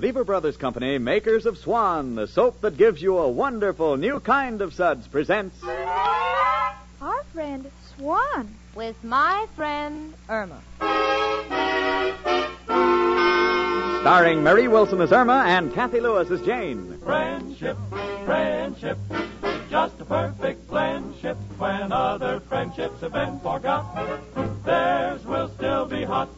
Lever Brothers Company, makers of Swan, the soap that gives you a wonderful new kind of suds, presents Our friend Swan. with my friend Irma. starring Mary Wilson as Irma and Kathy Lewis as Jane. Friendship, friendship, just a perfect friendship. When other friendships have been forgot, theirs will still be hot.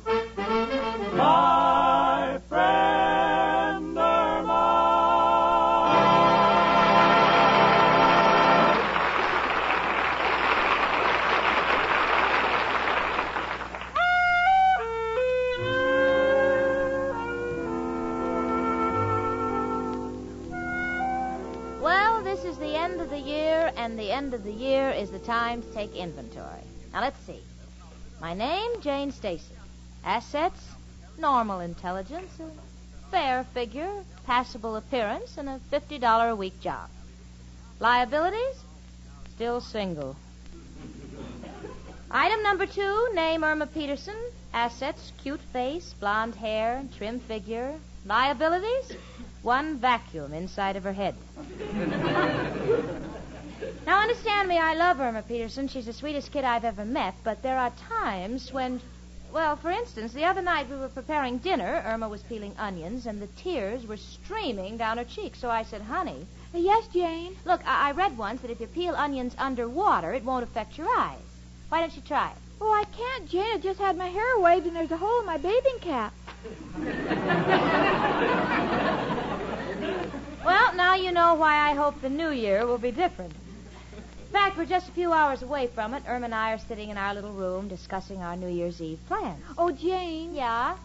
My friend Irma. Well, this is the end of the year, and the end of the year is the time to take inventory. Now let's see. My name, Jane Stacy. Assets, normal intelligence, a fair figure, passable appearance, and a $50 a week job. Liabilities, still single. Item number two, name Irma Peterson. Assets, cute face, blonde hair, and trim figure. Liabilities, one vacuum inside of her head. Now, understand me, I love Irma Peterson. She's the sweetest kid I've ever met, but there are times when. Well, for instance, the other night we were preparing dinner. Irma was peeling onions, and the tears were streaming down her cheeks. So I said, Honey, Yes, Jane. look, I, I read once that if you peel onions underwater, it won't affect your eyes. Why don't you try it? Oh, I can't, Jane. I just had my hair waved and there's a hole in my bathing cap. Well, now you know why I hope the new year will be different. In fact, we're just a few hours away from it. Irma and I are sitting in our little room discussing our New Year's Eve plans. Oh, Jane. Yeah?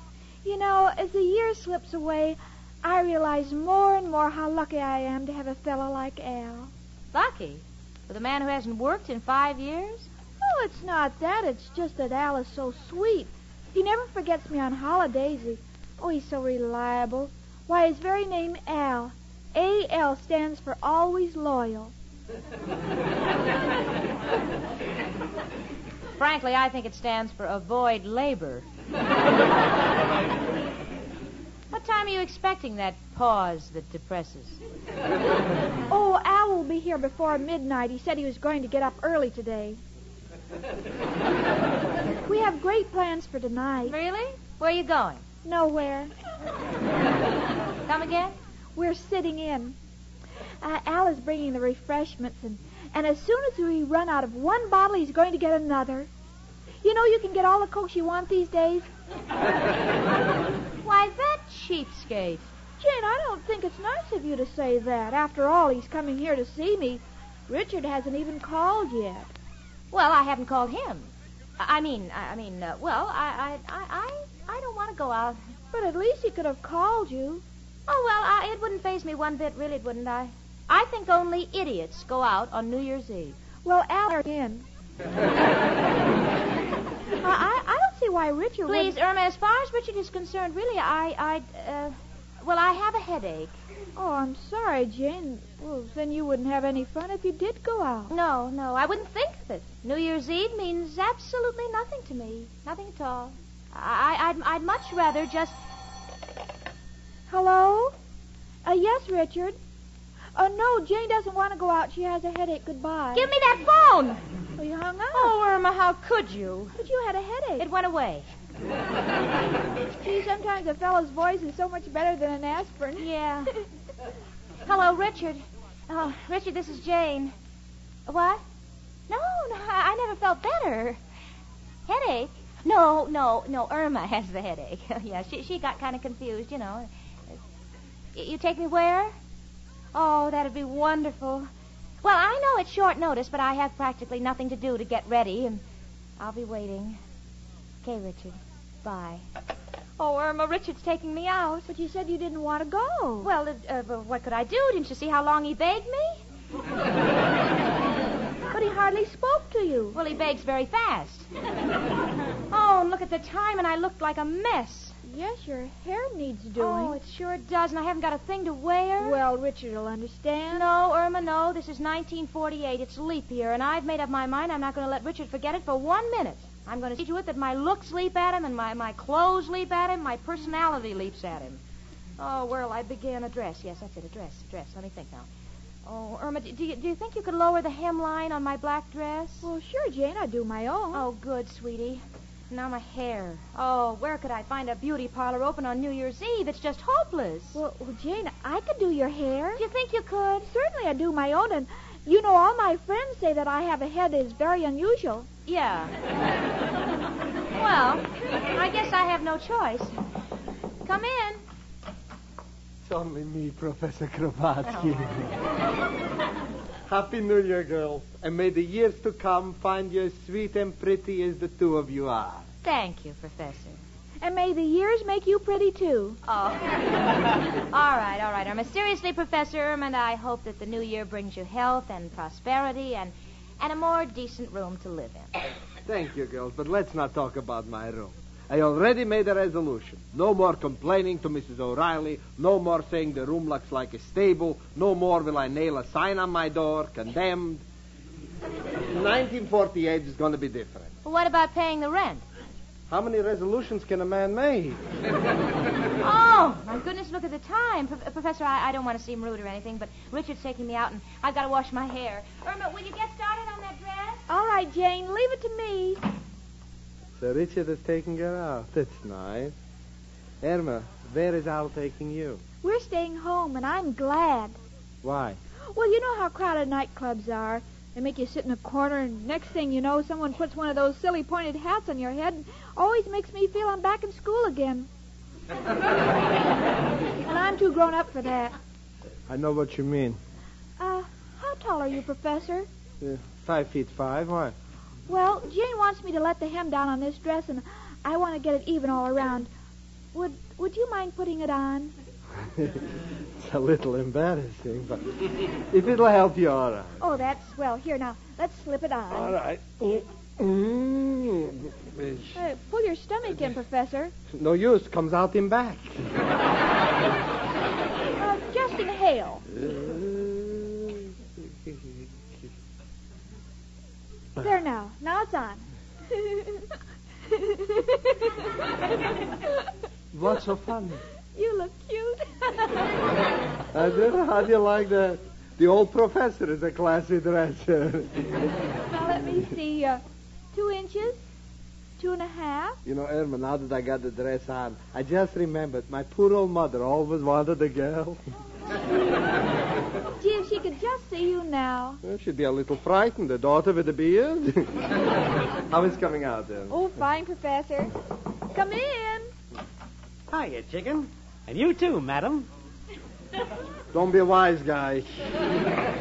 You know, as the year slips away, I realize more and more how lucky I am to have a fellow like Al. Lucky. With a man who hasn't worked in five years? Oh, it's not that. It's just that Al is so sweet. He never forgets me on holidays. He, oh, he's so reliable. Why, his very name, Al. A-L stands for always loyal. Frankly, I think it stands for avoid labor. what time are you expecting that pause that depresses? Oh, Al will be here before midnight. He said he was going to get up early today. we have great plans for tonight. Really? Where are you going? Nowhere. Come again? We're sitting in. Uh, Al is bringing the refreshments, and, and as soon as we run out of one bottle, he's going to get another. You know, you can get all the cokes you want these days. Why, that cheapskate. Jane, I don't think it's nice of you to say that. After all, he's coming here to see me. Richard hasn't even called yet. Well, I haven't called him. I I mean, I I mean, uh, well, I, I, I, I, I don't want to go out. But at least he could have called you. Oh well, I, it wouldn't phase me one bit, really, it wouldn't I? I think only idiots go out on New Year's Eve. Well, Al, are in. I, I, I don't see why Richard Please, wouldn't- Irma, as far as Richard is concerned, really, I, I, uh, well, I have a headache. Oh, I'm sorry, Jane. Well, then you wouldn't have any fun if you did go out. No, no, I wouldn't think of it. New Year's Eve means absolutely nothing to me, nothing at all. I, I- I'd, I'd much rather just. Hello? Uh, yes, Richard. Uh, no, Jane doesn't want to go out. She has a headache. Goodbye. Give me that phone! Well, you hung up. Oh, Irma, how could you? But you had a headache. It went away. Gee, sometimes a fellow's voice is so much better than an aspirin. Yeah. Hello, Richard. Oh, Richard, this is Jane. What? No, no, I I never felt better. Headache? No, no, no. Irma has the headache. yeah, she she got kind of confused, you know. Y- You take me where? Oh, that'd be wonderful. Well, I know it's short notice, but I have practically nothing to do to get ready, and I'll be waiting. Okay, Richard. Bye. Oh, Irma, Richard's taking me out. Oh, But you said you didn't want to go. Well, uh, uh, well, what could I do? Didn't you see how long he begged me? but he hardly spoke to you. Well, he begs very fast. oh, and look at the time, and I looked like a mess. Yes, your hair needs doing. Oh, it sure does, and I haven't got a thing to wear. well, Richard will understand. no, Irma, no. This is 1948. It's leap year, and I've made up my mind I'm not going to let Richard forget it for one minute. I'm going to see to it that my looks leap at him, and my, my clothes leap at him, my personality leaps at him. Oh, where'll I begin? A dress. Yes, that's it. A dress. A dress. Let me think now. Oh, Irma, d- do you, do you think you could lower the hemline on my black dress? Well, sure, Jane, I do my own. Oh, good, sweetie. Now my hair. Oh, where could I find a beauty parlor open on New Year's Eve? It's just hopeless. Well, well, Jane, I could do your hair. do you think you could? Certainly, I do my own, and you know, all my friends say that I have a head that is very unusual. Yeah. well, I guess I have no choice. Come in. It's only me, Professor Kravatsky. Happy New Year, girls, and may the years to come find you as sweet and pretty as the two of you are. Thank you, Professor. And may the years make you pretty, too. Oh. all right, all right, Irma. Seriously, Professor Irma, and I hope that the new year brings you health and prosperity and, and a more decent room to live in. Thank you, girls, but let's not talk about my room. I already made a resolution. No more complaining to Mrs. O'Reilly. No more saying the room looks like a stable. No more will I nail a sign on my door, condemned. 1948 is going to be different. What about paying the rent? How many resolutions can a man make? Oh, my goodness, look at the time. Pro- Professor, I, I don't want to seem rude or anything, but Richard's taking me out, and I've got to wash my hair. Irma, will you get started on that dress? All right, Jane, leave it to me. So Richard is taking her out. That's nice. Irma, where is Al taking you? We're staying home, and I'm glad. Why? Well, you know how crowded nightclubs are. They make you sit in a corner, and next thing you know, someone puts one of those silly pointed hats on your head, and always makes me feel I'm back in school again. and I'm too grown up for that. I know what you mean. Uh, how tall are you, Professor? Uh, five feet five. Why? Well, Jane wants me to let the hem down on this dress, and I want to get it even all around. Would Would you mind putting it on? it's a little embarrassing, but if it'll help you, all right. Oh, that's well. Here now, let's slip it on. All right. Mm. Hey, Uh, pull your stomach in, Professor. No use. Comes out in back. Uh, just inhale. There now. Now it's on. What's so funny? you look cute. How do, how do you like that? The old professor is a classy dresser. now let me see. Uh, two inches, two and a half. You know, Irma, now that I got the dress on, I just remembered my poor old mother always wanted a girl. Gee, if she could just see you now. Well, she'd be a little frightened, a daughter with a beard. How is coming out, Irma? Oh, fine, Professor. Come in. Hiya, chicken. And you too, madam. Don't be a wise guy.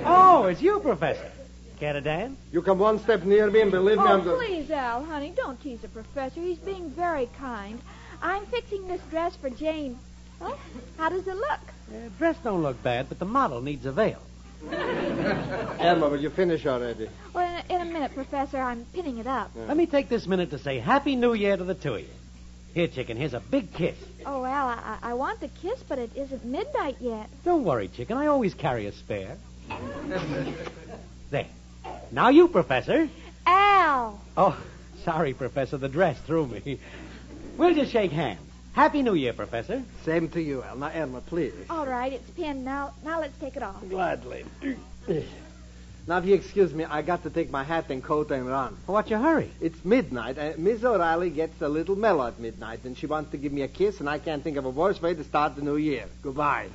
Oh, it's you, Professor. Care to dance? You come one step near me and believe me, oh, I'm going please, Al, honey, don't tease the professor. He's being very kind. I'm fixing this dress for Jane. Well, how does it look? Uh, dress don't look bad, but the model needs a veil. Irma, will you finish already? Well, in a, in a minute, Professor, I'm pinning it up. Let me take this minute to say Happy New Year to the two of you. Here, chicken, here's a big kiss. Oh, Al, I, I I want the kiss, but it isn't midnight yet. Don't worry, chicken. I always carry a spare. there. Now you, Professor. Al! Oh, sorry, Professor. The dress threw me. We'll just shake hands. Happy New Year, Professor. Same to you, Al. Now, Irma, please. Oh, All right, it's pinned. Now, now let's take it off. Gladly. now, if you excuse me, I got to take my hat and coat and run. What's your hurry? It's midnight. Uh, Miss O'Reilly gets a little mellow at midnight, and she wants to give me a kiss, and I can't think of a worse way to start the new year. Goodbye.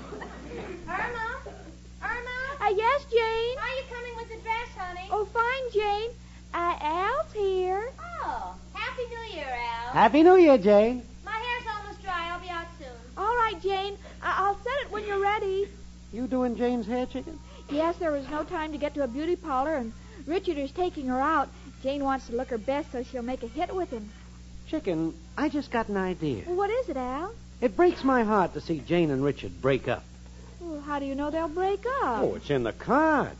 Irma? Irma? Uh, yes, Jane? Are you coming with the dress, honey? Oh, fine, Jane. Uh, Al's here. Oh, Happy New Year, Al. Happy New Year, Jane. My hair's almost dry. I'll be out soon. All right, Jane. I- I'll set it when you're ready. You doing Jane's hair, chicken? Yes, there was no time to get to a beauty parlor, and Richard is taking her out. Jane wants to look her best, so she'll make a hit with him. Chicken, I just got an idea. Well, what is it, Al? It breaks my heart to see Jane and Richard break up. Well, how do you know they'll break up? Oh, it's in the cards.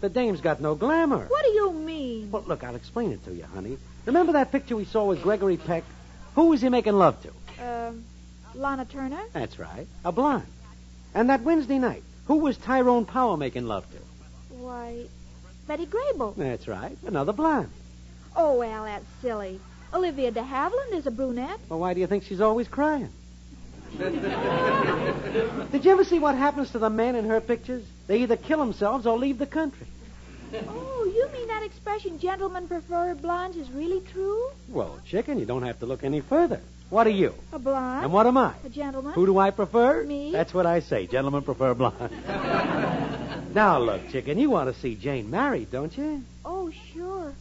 The dame's got no glamour. What do you mean? Well, look, I'll explain it to you, honey. Remember that picture we saw with Gregory Peck? Who was he making love to? Um, Lana Turner? That's right, a blonde. And that Wednesday night, who was Tyrone Power making love to? Why, Betty Grable. That's right, another blonde. Oh, Al, that's silly. Olivia de Havilland is a brunette. Well, why do you think she's always crying? Did you ever see what happens to the men in her pictures? They either kill themselves or leave the country. Oh, you mean that expression, gentlemen prefer blondes, is really true? Well, chicken, you don't have to look any further. What are you? A blonde? And what am I? A gentleman? Who do I prefer? Me. That's what I say. Gentlemen prefer blondes. now, look, chicken, you want to see Jane married, don't you? Oh, sure.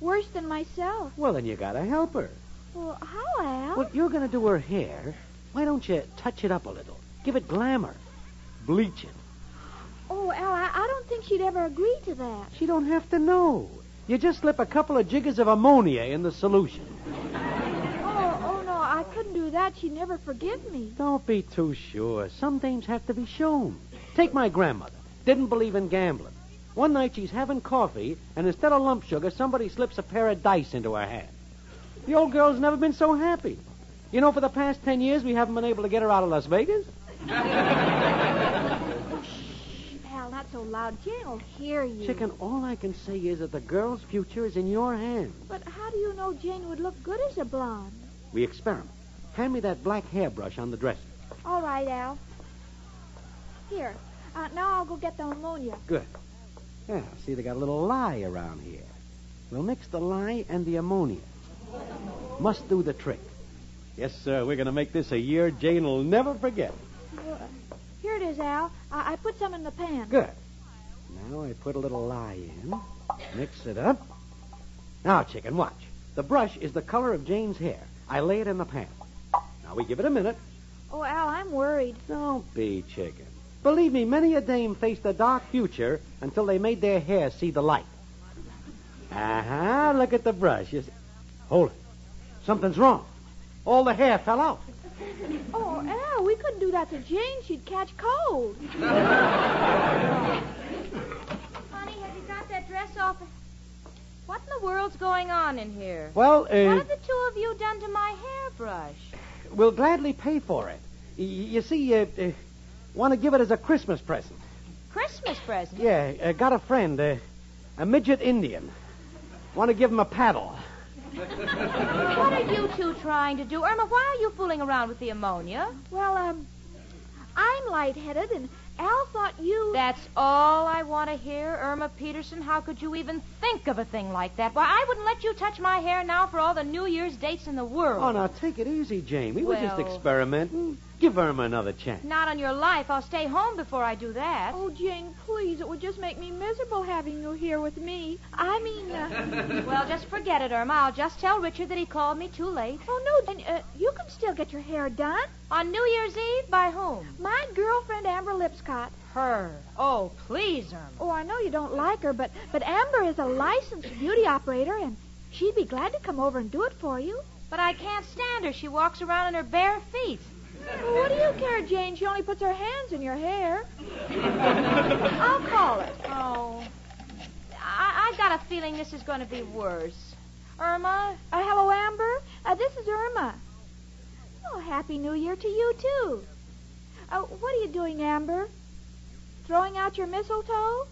Worse than myself. Well, then you got to help her. Well, how, Al? Well, you're going to do her hair. Why don't you touch it up a little? Give it glamour. Bleach it. Oh, Al, I, I don't think she'd ever agree to that. She don't have to know. You just slip a couple of jiggers of ammonia in the solution. Oh, oh, no, I couldn't do that. She'd never forgive me. Don't be too sure. Some things have to be shown. Take my grandmother. Didn't believe in gambling. One night she's having coffee, and instead of lump sugar, somebody slips a pair of dice into her hand. The old girl's never been so happy. You know, for the past ten years, we haven't been able to get her out of Las Vegas. Al, not so loud. Jane'll hear you. Chicken, all I can say is that the girl's future is in your hands. But how do you know Jane would look good as a blonde? We experiment. Hand me that black hairbrush on the dresser. All right, Al. Here. Uh, now I'll go get the ammonia. Good. Yeah, see, they got a little lye around here. We'll mix the lye and the ammonia. Must do the trick. Yes, sir. We're going to make this a year Jane will never forget. Here it is, Al. Uh, I put some in the pan. Good. Now I put a little lye in, mix it up. Now, chicken, watch. The brush is the color of Jane's hair. I lay it in the pan. Now we give it a minute. Oh, Al, I'm worried. Don't be chicken. Believe me, many a dame faced a dark future until they made their hair see the light. Uh-huh. Look at the brush. You see- Hold it. Something's wrong. All the hair fell out. Oh, Al, we couldn't do that to Jane. She'd catch cold. Honey, have you got that dress off? What in the world's going on in here? Well, What uh, have the two of you done to my hairbrush? we'll gladly pay for it. Y- you see, uh, uh, want to give it as a Christmas present. Christmas present. Yeah, uh, got a friend, uh, a midget Indian. Want to give him a paddle. What are you two trying to do? Irma, why are you fooling around with the ammonia? Well, um, I'm lightheaded, and Al thought you. That's all I want to hear, Irma Peterson. How could you even think of a thing like that? Why, I wouldn't let you touch my hair now for all the New Year's dates in the world. Oh, now take it easy, Jane. We were just Well- experimenting. Give Irma another chance. Not on your life. I'll stay home before I do that. Oh, Jane, please, it would just make me miserable having you here with me. I mean, uh, Well, just forget it, Irma. I'll just tell Richard that he called me too late. oh no, Jane, uh, you can still get your hair done. On New Year's Eve? By whom? My girlfriend Amber Lipscott. Her. Oh, please, Irma. Oh, I know you don't like her, but but Amber is a licensed beauty operator, and she'd be glad to come over and do it for you. But I can't stand her. She walks around on her bare feet. Well, what do you care, Jane? She only puts her hands in your hair. I'll call it. Oh. I, I got a feeling this is going to be worse. Irma, Uh, hello, Amber. Uh, this is Irma. Oh, happy New Year to you too. Uh, what are you doing, Amber? Throwing out your mistletoe?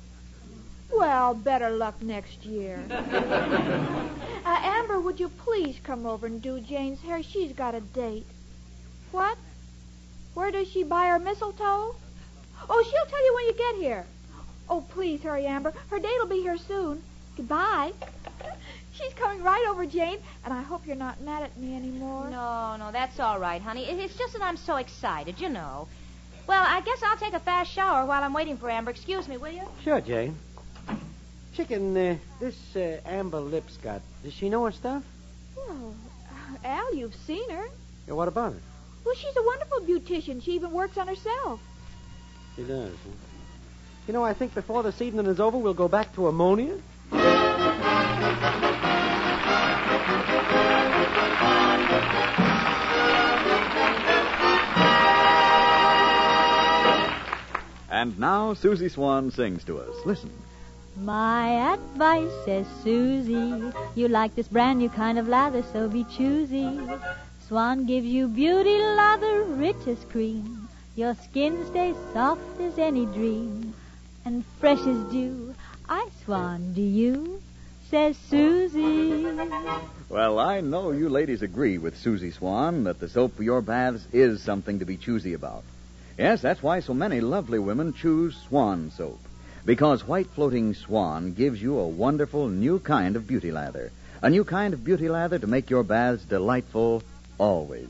Well, better luck next year. uh, Amber, would you please come over and do Jane's hair? She's got a date. What? Where does she buy her mistletoe? Oh, she'll tell you when you get here. Oh, please hurry, Amber. Her date'll be here soon. Goodbye. She's coming right over, Jane, and I hope you're not mad at me anymore. No, no, that's all right, honey. It- It's just that I'm so excited, you know. Well, I guess I'll take a fast shower while I'm waiting for Amber. Excuse me, will you? Sure, Jane. Chicken, uh, this uh, Amber Lipscott, does she know her stuff? Well, Oh, uh, Al, you've seen her. Yeah, what about her? Well, she's a wonderful beautician. She even works on herself. She does. Huh? You know, I think before this evening is over, we'll go back to ammonia. And now Susie Swan sings to us. Listen. My advice, says Susie, you like this brand new kind of lather, so be choosy. Swan gives you beauty lather, rich as cream. Your skin stays soft as any dream, and fresh as dew. I swan, do you? Says Susie. Well, I know you ladies agree with Susie Swan that the soap for your baths is something to be choosy about. Yes, that's why so many lovely women choose Swan soap. Because white floating swan gives you a wonderful new kind of beauty lather. A new kind of beauty lather to make your baths delightful always.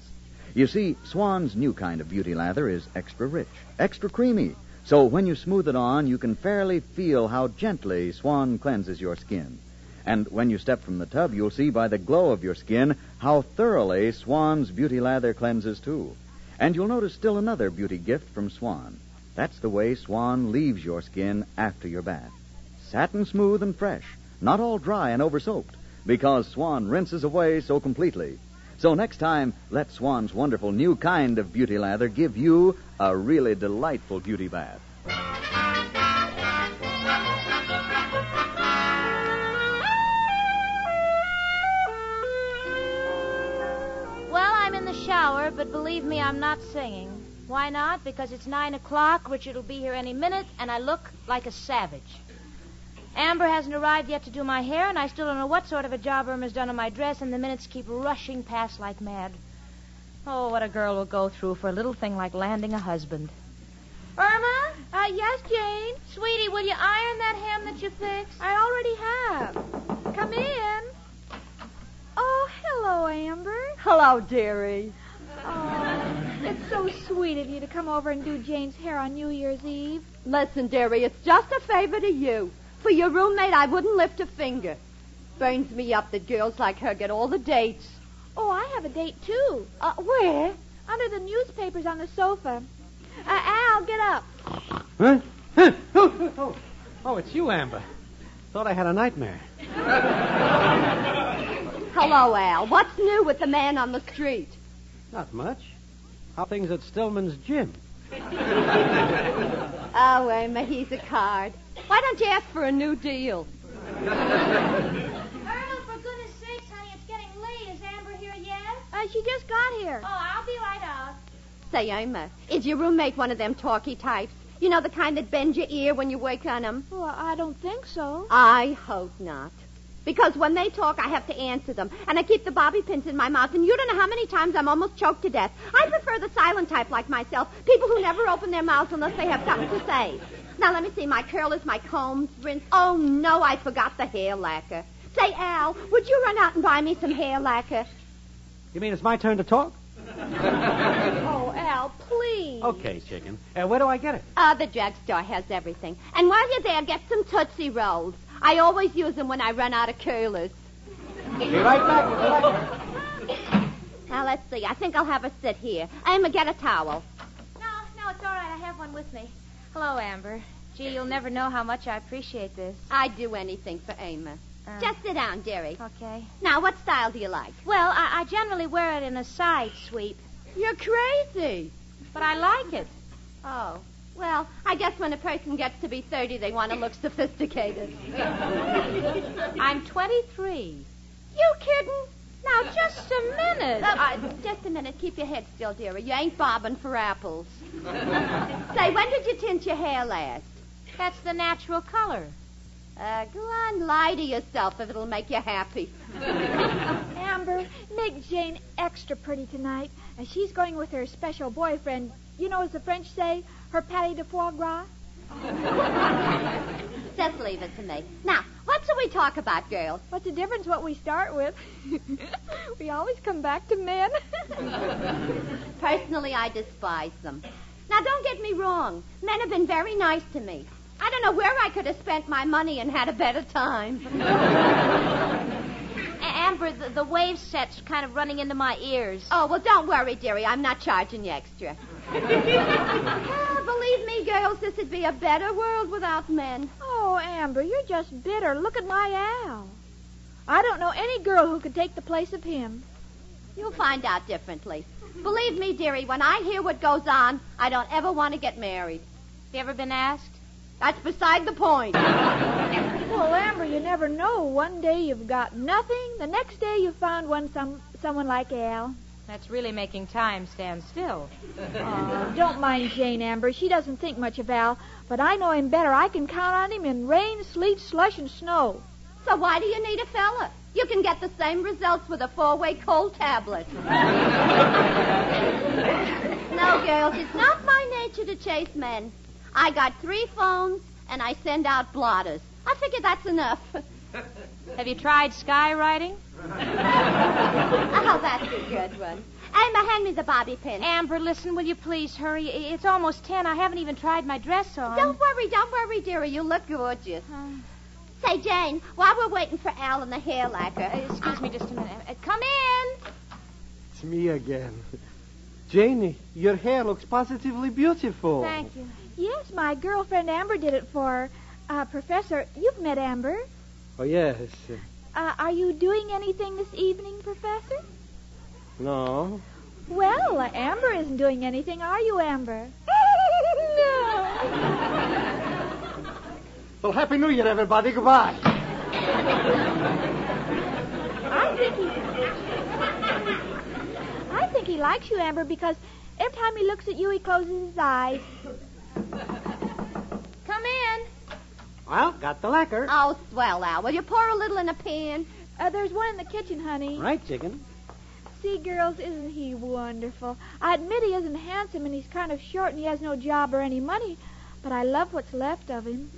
You see, Swan's new kind of beauty lather is extra rich, extra creamy. So when you smooth it on, you can fairly feel how gently Swan cleanses your skin. And when you step from the tub, you'll see by the glow of your skin how thoroughly Swan's beauty lather cleanses, too. And you'll notice still another beauty gift from Swan. That's the way Swan leaves your skin after your bath. Satin smooth and fresh, not all dry and oversoaped, because Swan rinses away so completely. So next time, let Swan's wonderful new kind of beauty lather give you a really delightful beauty bath. Well, I'm in the shower, but believe me, I'm not singing. Why not? Because it's nine o'clock, Richard will be here any minute, and I look like a savage. Amber hasn't arrived yet to do my hair, and I still don't know what sort of a job Irma's done on my dress, and the minutes keep rushing past like mad. Oh, what a girl will go through for a little thing like landing a husband. Irma, Uh, yes, Jane? Sweetie, will you iron that hem that you fixed? I already have. Come in. Oh, hello, Amber. Hello, dearie. Oh, it's so sweet of you to come over and do Jane's hair on New Year's Eve. Listen, dearie, it's just a favor to you. For your roommate, I wouldn't lift a finger. Burns me up that girls like her get all the dates. Oh, I have a date, too. Uh, where? Under the newspapers on the sofa. Uh, Al, get up. Huh? Huh? Oh, oh, oh, it's you, Amber. Thought I had a nightmare. Hello, Al. What's new with the man on the street? Not much. How things at Stillman's gym? Oh, Emma, he's a card. Why don't you ask for a new deal? Irma, for goodness sakes, honey, it's getting late. Is Amber here yet? Uh, she just got here. I'll be right out. Say, Emma, is your roommate one of them talky types? You know, the kind that bend your ear when you wake on 'em? Well, I don't think so. I hope not. Because when they talk, I have to answer them. And I keep the bobby pins in my mouth, and you don't know how many times I'm almost choked to death. I prefer the silent type like myself, people who never open their mouths unless they have something to say. Now, let me see. My curlers, my combs, rinse. Oh, no, I forgot the hair lacquer. Say, Al, would you run out and buy me some hair lacquer? You mean it's my turn to talk? Oh, Al, please. Okay, chicken. Uh, where do I get it? Uh, the drugstore has everything. And while you're there, get some Tootsie Rolls. I always use them when I run out of curlers. Be right back. with the lecture. Now, let's see. I think I'll have her sit here. Emma, get a towel. No, no, it's all right. I have one with me. Hello, Amber. Gee, you'll never know how much I appreciate this. I'd do anything for Emma. Uh, Just sit down, dearie. okay. Now, what style do you like? Well, I, I generally wear it in a side sweep, You're crazy. but I like it. Oh, well, I guess when a person gets to be 30, they want to look sophisticated. I'm 23. You kidding? Now, just Just a minute. Uh, just a minute. Keep your head still, dearie. You ain't bobbing for apples. Say, when did you tint your hair last? That's the natural color. Uh, go on, lie to yourself if it'll make you happy. Amber, make Jane extra pretty tonight. And she's going with her special boyfriend. You know, as the French say, her patty de foie gras. Just leave it to me. Now, what shall we talk about, girls? What's the difference what we start with? we always come back to men. Personally, I despise them. Now, don't get me wrong. Men have been very nice to me. I don't know where I could have spent my money and had a better time. A- Amber, the, the wave set's kind of running into my ears. Oh, well, don't worry, dearie. I'm not charging you extra. Ah, believe me, girls, this would be a better world without men. oh, Amber, you're just bitter. Look at my Al. I don't know any girl who could take the place of him. You'll find out differently. Believe me, dearie, when I hear what goes on, I don't ever want to get married. You ever been asked? That's beside the point. Well, Amber, you never know. One day you've got nothing. The next day you found one some someone like Al. That's really making time stand still. Oh, don't mind Jane Amber. She doesn't think much of Al, but I know him better. I can count on him in rain, sleet, slush, and snow. So why do you need a fella? You can get the same results with a four-way cold tablet. no, girls, it's not my nature to chase men. I got three phones, and I send out blotters. I figure that's enough. Have you tried skywriting? oh, that's a good one. Emma, hand me the bobby pin. Amber, listen, will you please hurry? I- It's almost ten. I haven't even tried my dress on. Don't worry, don't worry, dearie. You look gorgeous. Say, Jane, while we're waiting for Al and the hair Uh, lacquer, excuse me just a minute. Uh, come in. It's me again. Janie, your hair looks positively beautiful. Thank you. Yes, my girlfriend Amber did it for her. Uh, Professor, you've met Amber. Oh, yes. Uh, are you doing anything this evening, Professor? No. Well, uh, Amber isn't doing anything, are you, Amber? no. Well, Happy New Year, everybody. Goodbye. I think he. I think he likes you, Amber, because every time he looks at you, he closes his eyes. Come in. Well, got the lacquer. Oh, swell, Al. Will you pour a little in a pan? Uh, there's one in the kitchen, honey. Right, chicken. See, girls, isn't he wonderful? I admit he isn't handsome, and he's kind of short, and he has no job or any money, but I love what's left of him.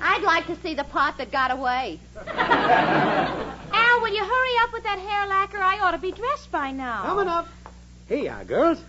I'd like to see the pot that got away. Al, will you hurry up with that hair lacquer? I ought to be dressed by now. Coming up. Here you are, uh, girls.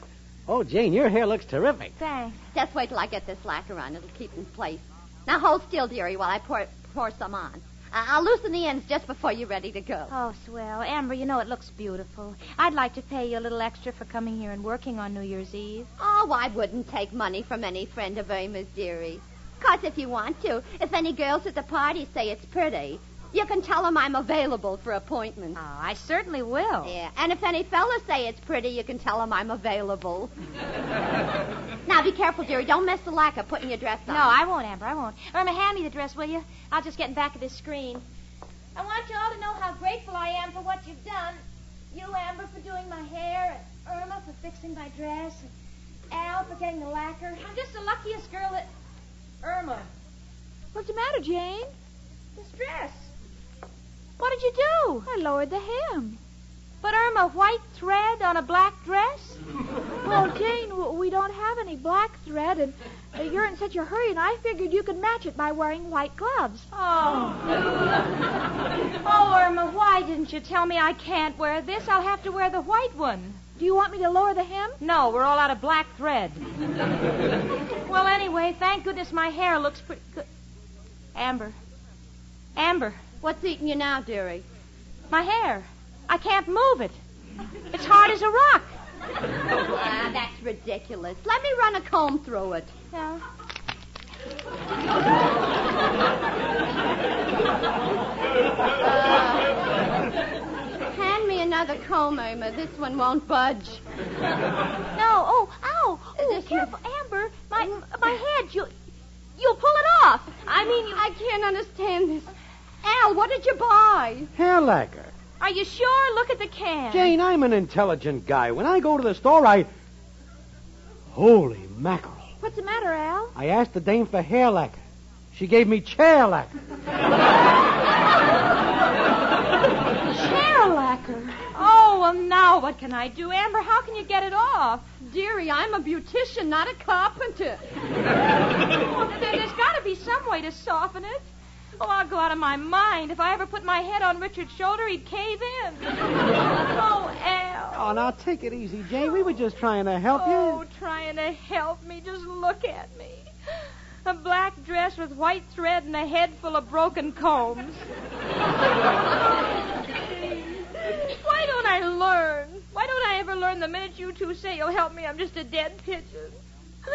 Oh, Jane, your hair looks terrific. Thanks. Just wait till I get this lacquer on. It'll keep in place. Now hold still, dearie, while I pour pour some on. I- I'll loosen the ends just before you're ready to go. Oh, swell. Amber, you know it looks beautiful. I'd like to pay you a little extra for coming here and working on New Year's Eve. Oh, I wouldn't take money from any friend of Irma's, dearie. 'Cause if you want to, if any girls at the party say it's pretty, you can tell 'em I'm available for appointments. Oh, I certainly will. Yeah, and if any fellas say it's pretty, you can tell 'em I'm available. now be careful, dearie. Don't mess the lacquer putting your dress on. No, I won't, Amber. I won't. Irma, hand me the dress, will you? I'll just get in back of this screen. I want you all to know how grateful I am for what you've done. You, Amber, for doing my hair, and Irma for fixing my dress, and Al for getting the lacquer. I'm just the luckiest girl that. Irma, What's the matter, Jane? this dress. What did you do? I lowered the hem. But Irma, white thread on a black dress? Well, Jane, w- we don't have any black thread, and uh, you're in such a hurry, and I figured you could match it by wearing white gloves. Oh. oh, Irma, why didn't you tell me I can't wear this? I'll have to wear the white one. Do you want me to lower the hem? No, we're all out of black thread. well, anyway, thank goodness my hair looks pretty good. Amber. Amber, What's eating you now, dearie? my hair. I can't move it. It's hard as a rock. Ah, that's ridiculous. Let me run a comb through it. Yeah. Uh, Hand me another comb, Irma. This one won't budge. No, oh, ow. Oh, This- careful, Amber. My my head, you you'll pull it off. I mean, you, I can't understand this. Al, what did you buy? Hair lacquer. are you sure? Look at the can. Jane, I'm an intelligent guy. When I go to the store, I. Holy mackerel. What's the matter, Al? I asked the dame for hair lacquer. She gave me chair lacquer. Hair lacquer. Oh, well, now what can I do? Amber, how can you get it off? Dearie, I'm a beautician, not a carpenter. Well, there, has got to be some way to soften it. Oh, I'll go out of my mind. If I ever put my head on Richard's shoulder, he'd cave in. oh, Al. Oh, now take it easy, Jane. We were just trying to help Oh, you. trying to help me. Just look at me. A black dress with white thread and a head full of broken combs. Why don't I learn? Why don't I ever learn the minute you two say you'll help me? I'm just a dead pigeon.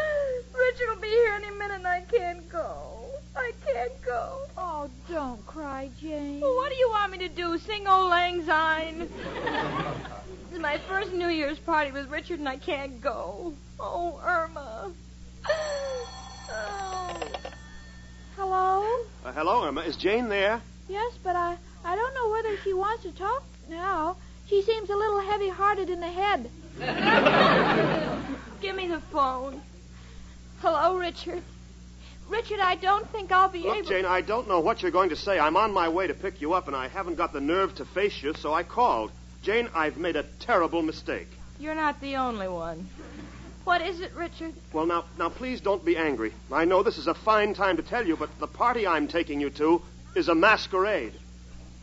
Richard will be here any minute and I can't go. I can't go. Oh, don't cry, Jane. Well, what do you want me to do? Sing old Lang Syne? This is my first New Year's party with Richard, and I can't go. Oh, Irma. Oh. Hello? Uh, hello, Irma. Is Jane there? Yes, but I, I don't know whether she wants to talk now. She seems a little heavy-hearted in the head. Give me the phone. Hello, Richard. Richard, I don't think I'll be Look, able. Jane, I don't know what you're going to say. I'm on my way to pick you up, and I haven't got the nerve to face you, so I called. Jane, I've made a terrible mistake. You're not the only one. What is it, Richard? Well, now, now, please don't be angry. I know this is a fine time to tell you, but the party I'm taking you to is a masquerade.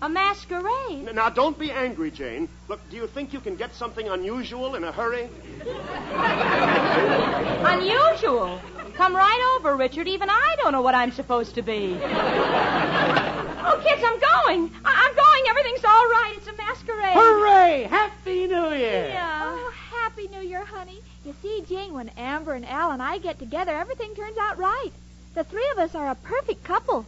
A masquerade? N- Now, don't be angry, Jane. Look, do you think you can get something unusual in a hurry? Unusual. Come right over, Richard. Even I don't know what I'm supposed to be. oh, kids, I'm going. I- I'm going. Everything's all right. It's a masquerade. Hooray! Happy New Year! Oh, happy New Year, honey. You see, Jane, when Amber and Al and I get together, everything turns out right. The three of us are a perfect couple.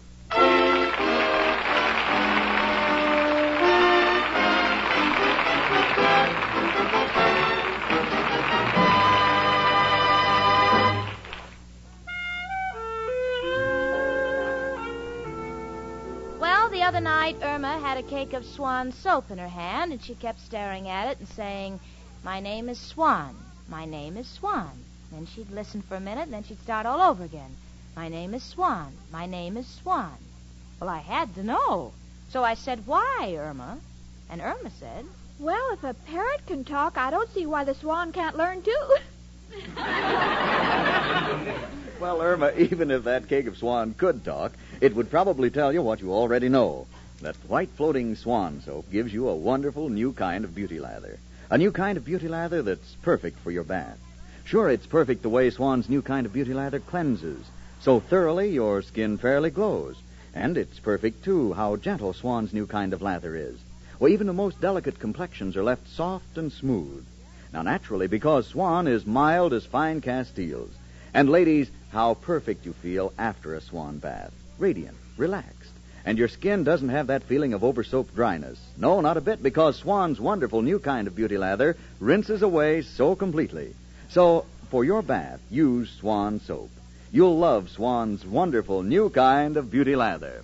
Well, the other night, Irma had a cake of swan soap in her hand, and she kept staring at it and saying, My name is Swan. My name is Swan. Then she'd listen for a minute, and then she'd start all over again. My name is Swan. My name is Swan. Well, I had to know. So I said, Why, Irma? And Irma said, Well, if a parrot can talk, I don't see why the swan can't learn too. Well, Irma, even if that cake of swan could talk, it would probably tell you what you already know that white floating swan soap gives you a wonderful new kind of beauty lather. A new kind of beauty lather that's perfect for your bath. Sure, it's perfect the way swan's new kind of beauty lather cleanses. So thoroughly, your skin fairly glows. And it's perfect, too, how gentle swan's new kind of lather is. Well, even the most delicate complexions are left soft and smooth. Now, naturally, because swan is mild as fine castiles. And ladies, how perfect you feel after a swan bath. Radiant, relaxed. And your skin doesn't have that feeling of over soap dryness. No, not a bit, because Swan's wonderful new kind of beauty lather rinses away so completely. So, for your bath, use Swan soap. You'll love Swan's wonderful new kind of beauty lather.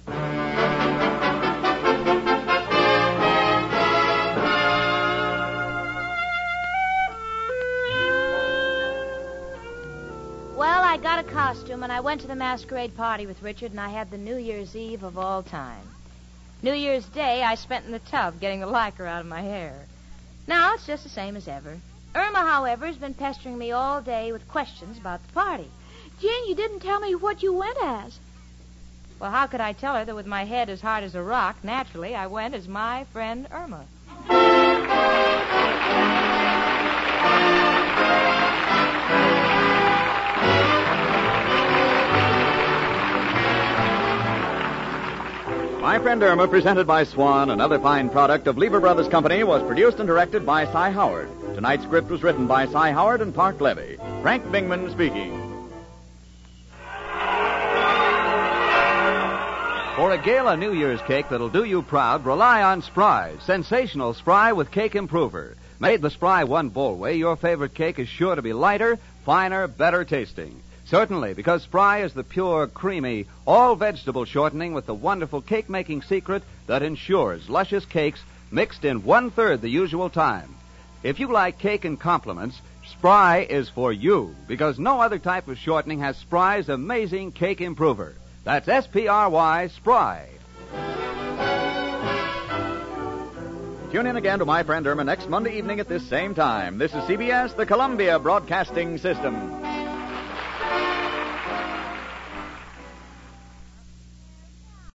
Well, I got a costume and I went to the masquerade party with Richard and I had the New Year's Eve of all time. New Year's Day I spent in the tub getting the lacquer out of my hair. Now it's just the same as ever. Irma, however, has been pestering me all day with questions about the party. Jane, you didn't tell me what you went as. Well, how could I tell her that with my head as hard as a rock, naturally I went as my friend Irma? My Friend Irma, presented by Swan, another fine product of Lever Brothers Company, was produced and directed by Cy Howard. Tonight's script was written by Cy Howard and Park Levy. Frank Bingman speaking. For a gala New Year's cake that'll do you proud, rely on Spry's sensational Spry with Cake Improver. Made the Spry one bowl way, your favorite cake is sure to be lighter, finer, better tasting. Certainly, because Spry is the pure, creamy, all vegetable shortening with the wonderful cake making secret that ensures luscious cakes mixed in one third the usual time. If you like cake and compliments, Spry is for you because no other type of shortening has Spry's amazing cake improver. That's S P R Y Spry. Tune in again to My Friend Irma next Monday evening at this same time. This is CBS, the Columbia Broadcasting System.